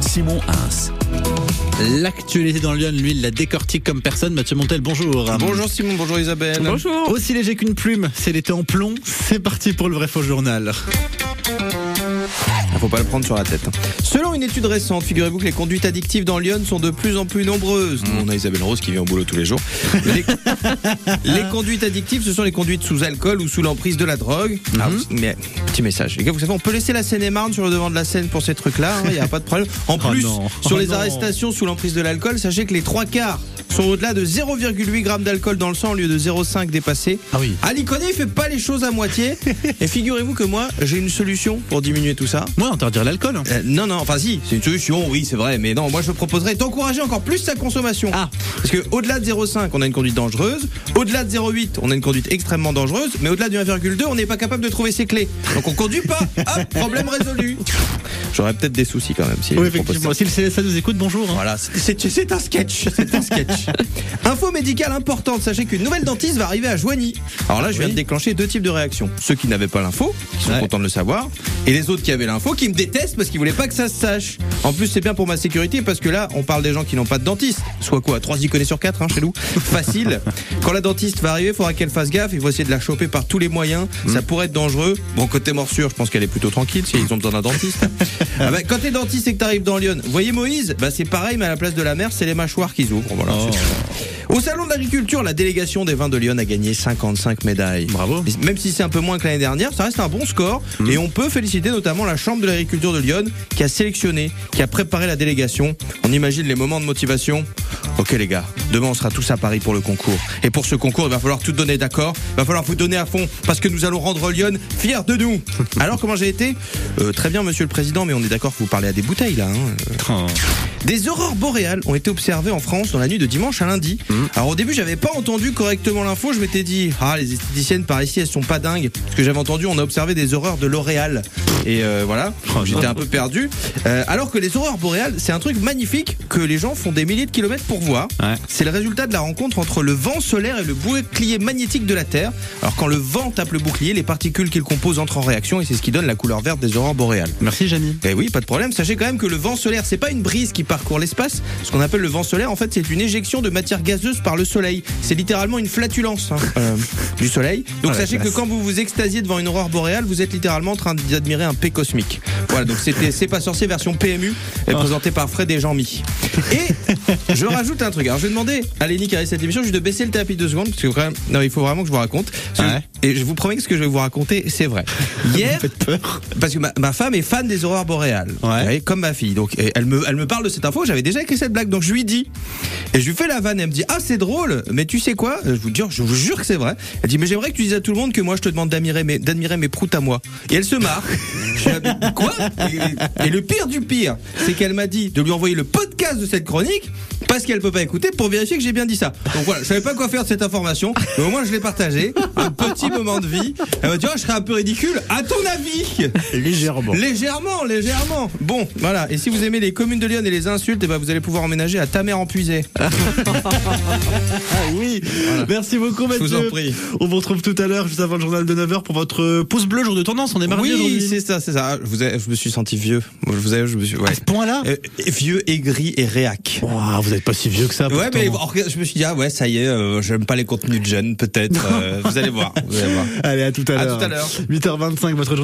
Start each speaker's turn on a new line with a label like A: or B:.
A: Simon Hins.
B: L'actualité dans Lyon, lui, il la décortique comme personne. Mathieu Montel, bonjour.
C: Bonjour Simon, bonjour Isabelle.
D: Bonjour.
B: Aussi léger qu'une plume, c'est l'été en plomb. C'est parti pour le vrai faux journal.
C: Ah, Faut pas le prendre sur la tête. hein. Selon une étude récente, figurez-vous que les conduites addictives dans Lyon sont de plus en plus nombreuses. Nous,
B: Mmh.
C: On a Isabelle Rose qui vient au boulot tous les jours. Les, les conduites addictives, ce sont les conduites sous alcool ou sous l'emprise de la drogue.
B: Mmh.
C: Ah, vous- mais petit message. Les gars, vous savez, on peut laisser la Seine-et-Marne sur le devant de la scène pour ces trucs-là. Il n'y a pas de problème. En
B: Oh
C: plus,
B: non.
C: sur
B: Oh
C: les
B: non.
C: arrestations sous l'emprise de l'alcool, sachez que les trois quarts sont au-delà de 0,8 grammes d'alcool dans le sang au lieu de 0,5 dépassé.
B: Ah oui.
C: Ali Koné, il fait pas les choses à moitié. Et figurez-vous que moi, j'ai une solution pour diminuer tout ça.
B: Moi, interdire l'alcool. hein.
C: Euh, non, non, enfin si, c'est une solution, oui, c'est vrai, mais non, moi je proposerais d'encourager encore plus sa consommation.
B: Ah.
C: Parce que au-delà de 0,5, on a une conduite dangereuse, au-delà de 0,8, on a une conduite extrêmement dangereuse, mais au-delà du 1,2, on n'est pas capable de trouver ses clés. Donc on conduit pas, hop, problème résolu. J'aurais peut-être des soucis quand même si
B: Oui,
C: je propose
B: effectivement.
C: ça.
B: Si le CSA nous écoute, bonjour. hein.
C: Voilà, c'est- c'est c'est un sketch, c'est un sketch. Info médicale importante, sachez qu'une nouvelle dentiste va arriver à Joigny. Alors là, je viens
B: Oui.
C: de déclencher deux types de réactions. Ceux qui n'avaient pas l'info, qui sont
B: Ouais.
C: contents de le savoir, et les autres qui avaient l'info, qui me détestent parce qu'ils voulaient pas que ça se sache. En plus, c'est bien pour ma sécurité parce que là, on parle des gens qui n'ont pas de dentiste. Soit quoi, trois icônes sur quatre hein, chez nous. Facile. Quand la dentiste va arriver, faudra qu'elle fasse gaffe. Il faut essayer de la choper par tous les moyens. Ça pourrait être dangereux. Bon, côté morsure, je pense qu'elle est plutôt tranquille si ils ont besoin d'un dentiste. Ah bah, quand t'es dentiste et que t'arrives dans Lyon, voyez Moïse, bah c'est pareil, mais à la place de la mer, c'est les mâchoires qui ouvrent. Voilà,
B: Oh.
C: c'est tout. Au Salon de l'Agriculture, la délégation des vins de Lyon a gagné 55 médailles.
B: Bravo.
C: Même si c'est un peu moins que l'année dernière, ça reste un bon score. Et on peut féliciter notamment la Chambre de l'Agriculture de Lyon qui a sélectionné, qui a préparé la délégation. On imagine les moments de motivation. Ok les gars, demain on sera tous à Paris pour le concours. Et pour ce concours, il va falloir tout donner, d'accord Il va falloir vous donner à fond parce que nous allons rendre Lyon fier de nous. Alors comment j'ai été Euh, Très bien monsieur le Président, mais on est d'accord que vous parlez à des bouteilles là. hein.
B: Oh.
C: Des aurores boréales ont été observées en France dans la nuit de dimanche à lundi. Alors au début, j'avais pas entendu correctement l'info, je m'étais dit "Ah, les esthéticiennes par ici, elles sont pas dingues." Parce que j'avais entendu on a observé des aurores de L'Oréal et euh, voilà, j'étais un peu perdu. Euh, alors que les aurores boréales, c'est un truc magnifique que les gens font des milliers de kilomètres pour voir.
B: Ouais.
C: C'est le résultat de la rencontre entre le vent solaire et le bouclier magnétique de la Terre. Alors quand le vent tape le bouclier, les particules qu'il compose entrent en réaction et c'est ce qui donne la couleur verte des aurores boréales.
B: Merci, Jamy.
C: Eh oui, pas de problème. Sachez quand même que le vent solaire, c'est pas une brise qui parcourt l'espace. Ce qu'on appelle le vent solaire, en fait, c'est une éjection de matière gazeuse par le soleil. C'est littéralement une flatulence hein, euh, du soleil. Donc
B: Ah, la
C: sachez que
B: classe.
C: quand vous vous extasiez devant une aurore boréale, vous êtes littéralement en train d'admirer un P cosmique. Voilà, donc c'était C'est pas sorcier version PMU, euh,
B: Ah.
C: présenté par Fred et Jean-Mi. Et je rajoute un truc. Alors je vais demander à Lénie qui arrive cette émission, juste de baisser le tapis deux secondes, parce que quand même, non, il faut vraiment que je vous raconte. Parce que-
B: Ouais.
C: Et je vous promets que ce que je vais vous raconter, c'est vrai. Hier,
B: peur.
C: parce que ma, ma femme est fan des aurores boréales,
B: Ouais.
C: Vous voyez, comme ma fille. Donc et elle me, elle me parle de cette info. J'avais déjà écrit cette blague, donc je lui dis. Et je lui fais la vanne. Elle me dit ah c'est drôle, mais tu sais quoi Je vous jure, je vous jure que c'est vrai. Elle dit mais j'aimerais que tu dises à tout le monde que moi je te demande d'admirer mes, d'admirer mes proutes à moi. Et elle se marre. Je suis là, Mais quoi et, et le pire du pire, c'est qu'elle m'a dit de lui envoyer le podcast de cette chronique parce qu'elle peut pas écouter pour vérifier que j'ai bien dit ça. Donc voilà, je savais pas quoi faire de cette information, mais au moins je l'ai partagée. Un petit moment de vie. Elle m'a dit oh, je serais un peu ridicule. À ton avis
B: Légèrement.
C: Légèrement, légèrement. Bon, voilà. Et si vous aimez les communes de Lyon et les insultes, eh ben, vous allez pouvoir emménager à ta mère empuisée.
B: Ah oui. Merci beaucoup,
C: Je
B: Mathieu.
C: vous en prie.
B: On vous retrouve tout à l'heure, juste avant le journal de 9h, pour votre euh, pause bleue, jour de tendance. On est mardi
C: Oui,
B: aujourd'hui.
C: c'est ça, c'est ça. Ah, Je, vous ai- je me suis senti vieux. Je vous ai, je me suis, ouais.
B: À ce point-là
C: Euh, vieux, aigri et réac.
B: Eh, Ouah, Vous n'êtes Ah, pas si vieux que ça.
C: Ouais,
B: pourtant.
C: mais en regarde, je me suis dit, ah ouais, ça y est, euh, j'aime pas les contenus de jeunes, peut-être. Euh, vous allez voir. Vous allez voir.
B: Allez, à tout à
C: À
B: l'heure.
C: tout à l'heure.
B: 8h25, votre journal.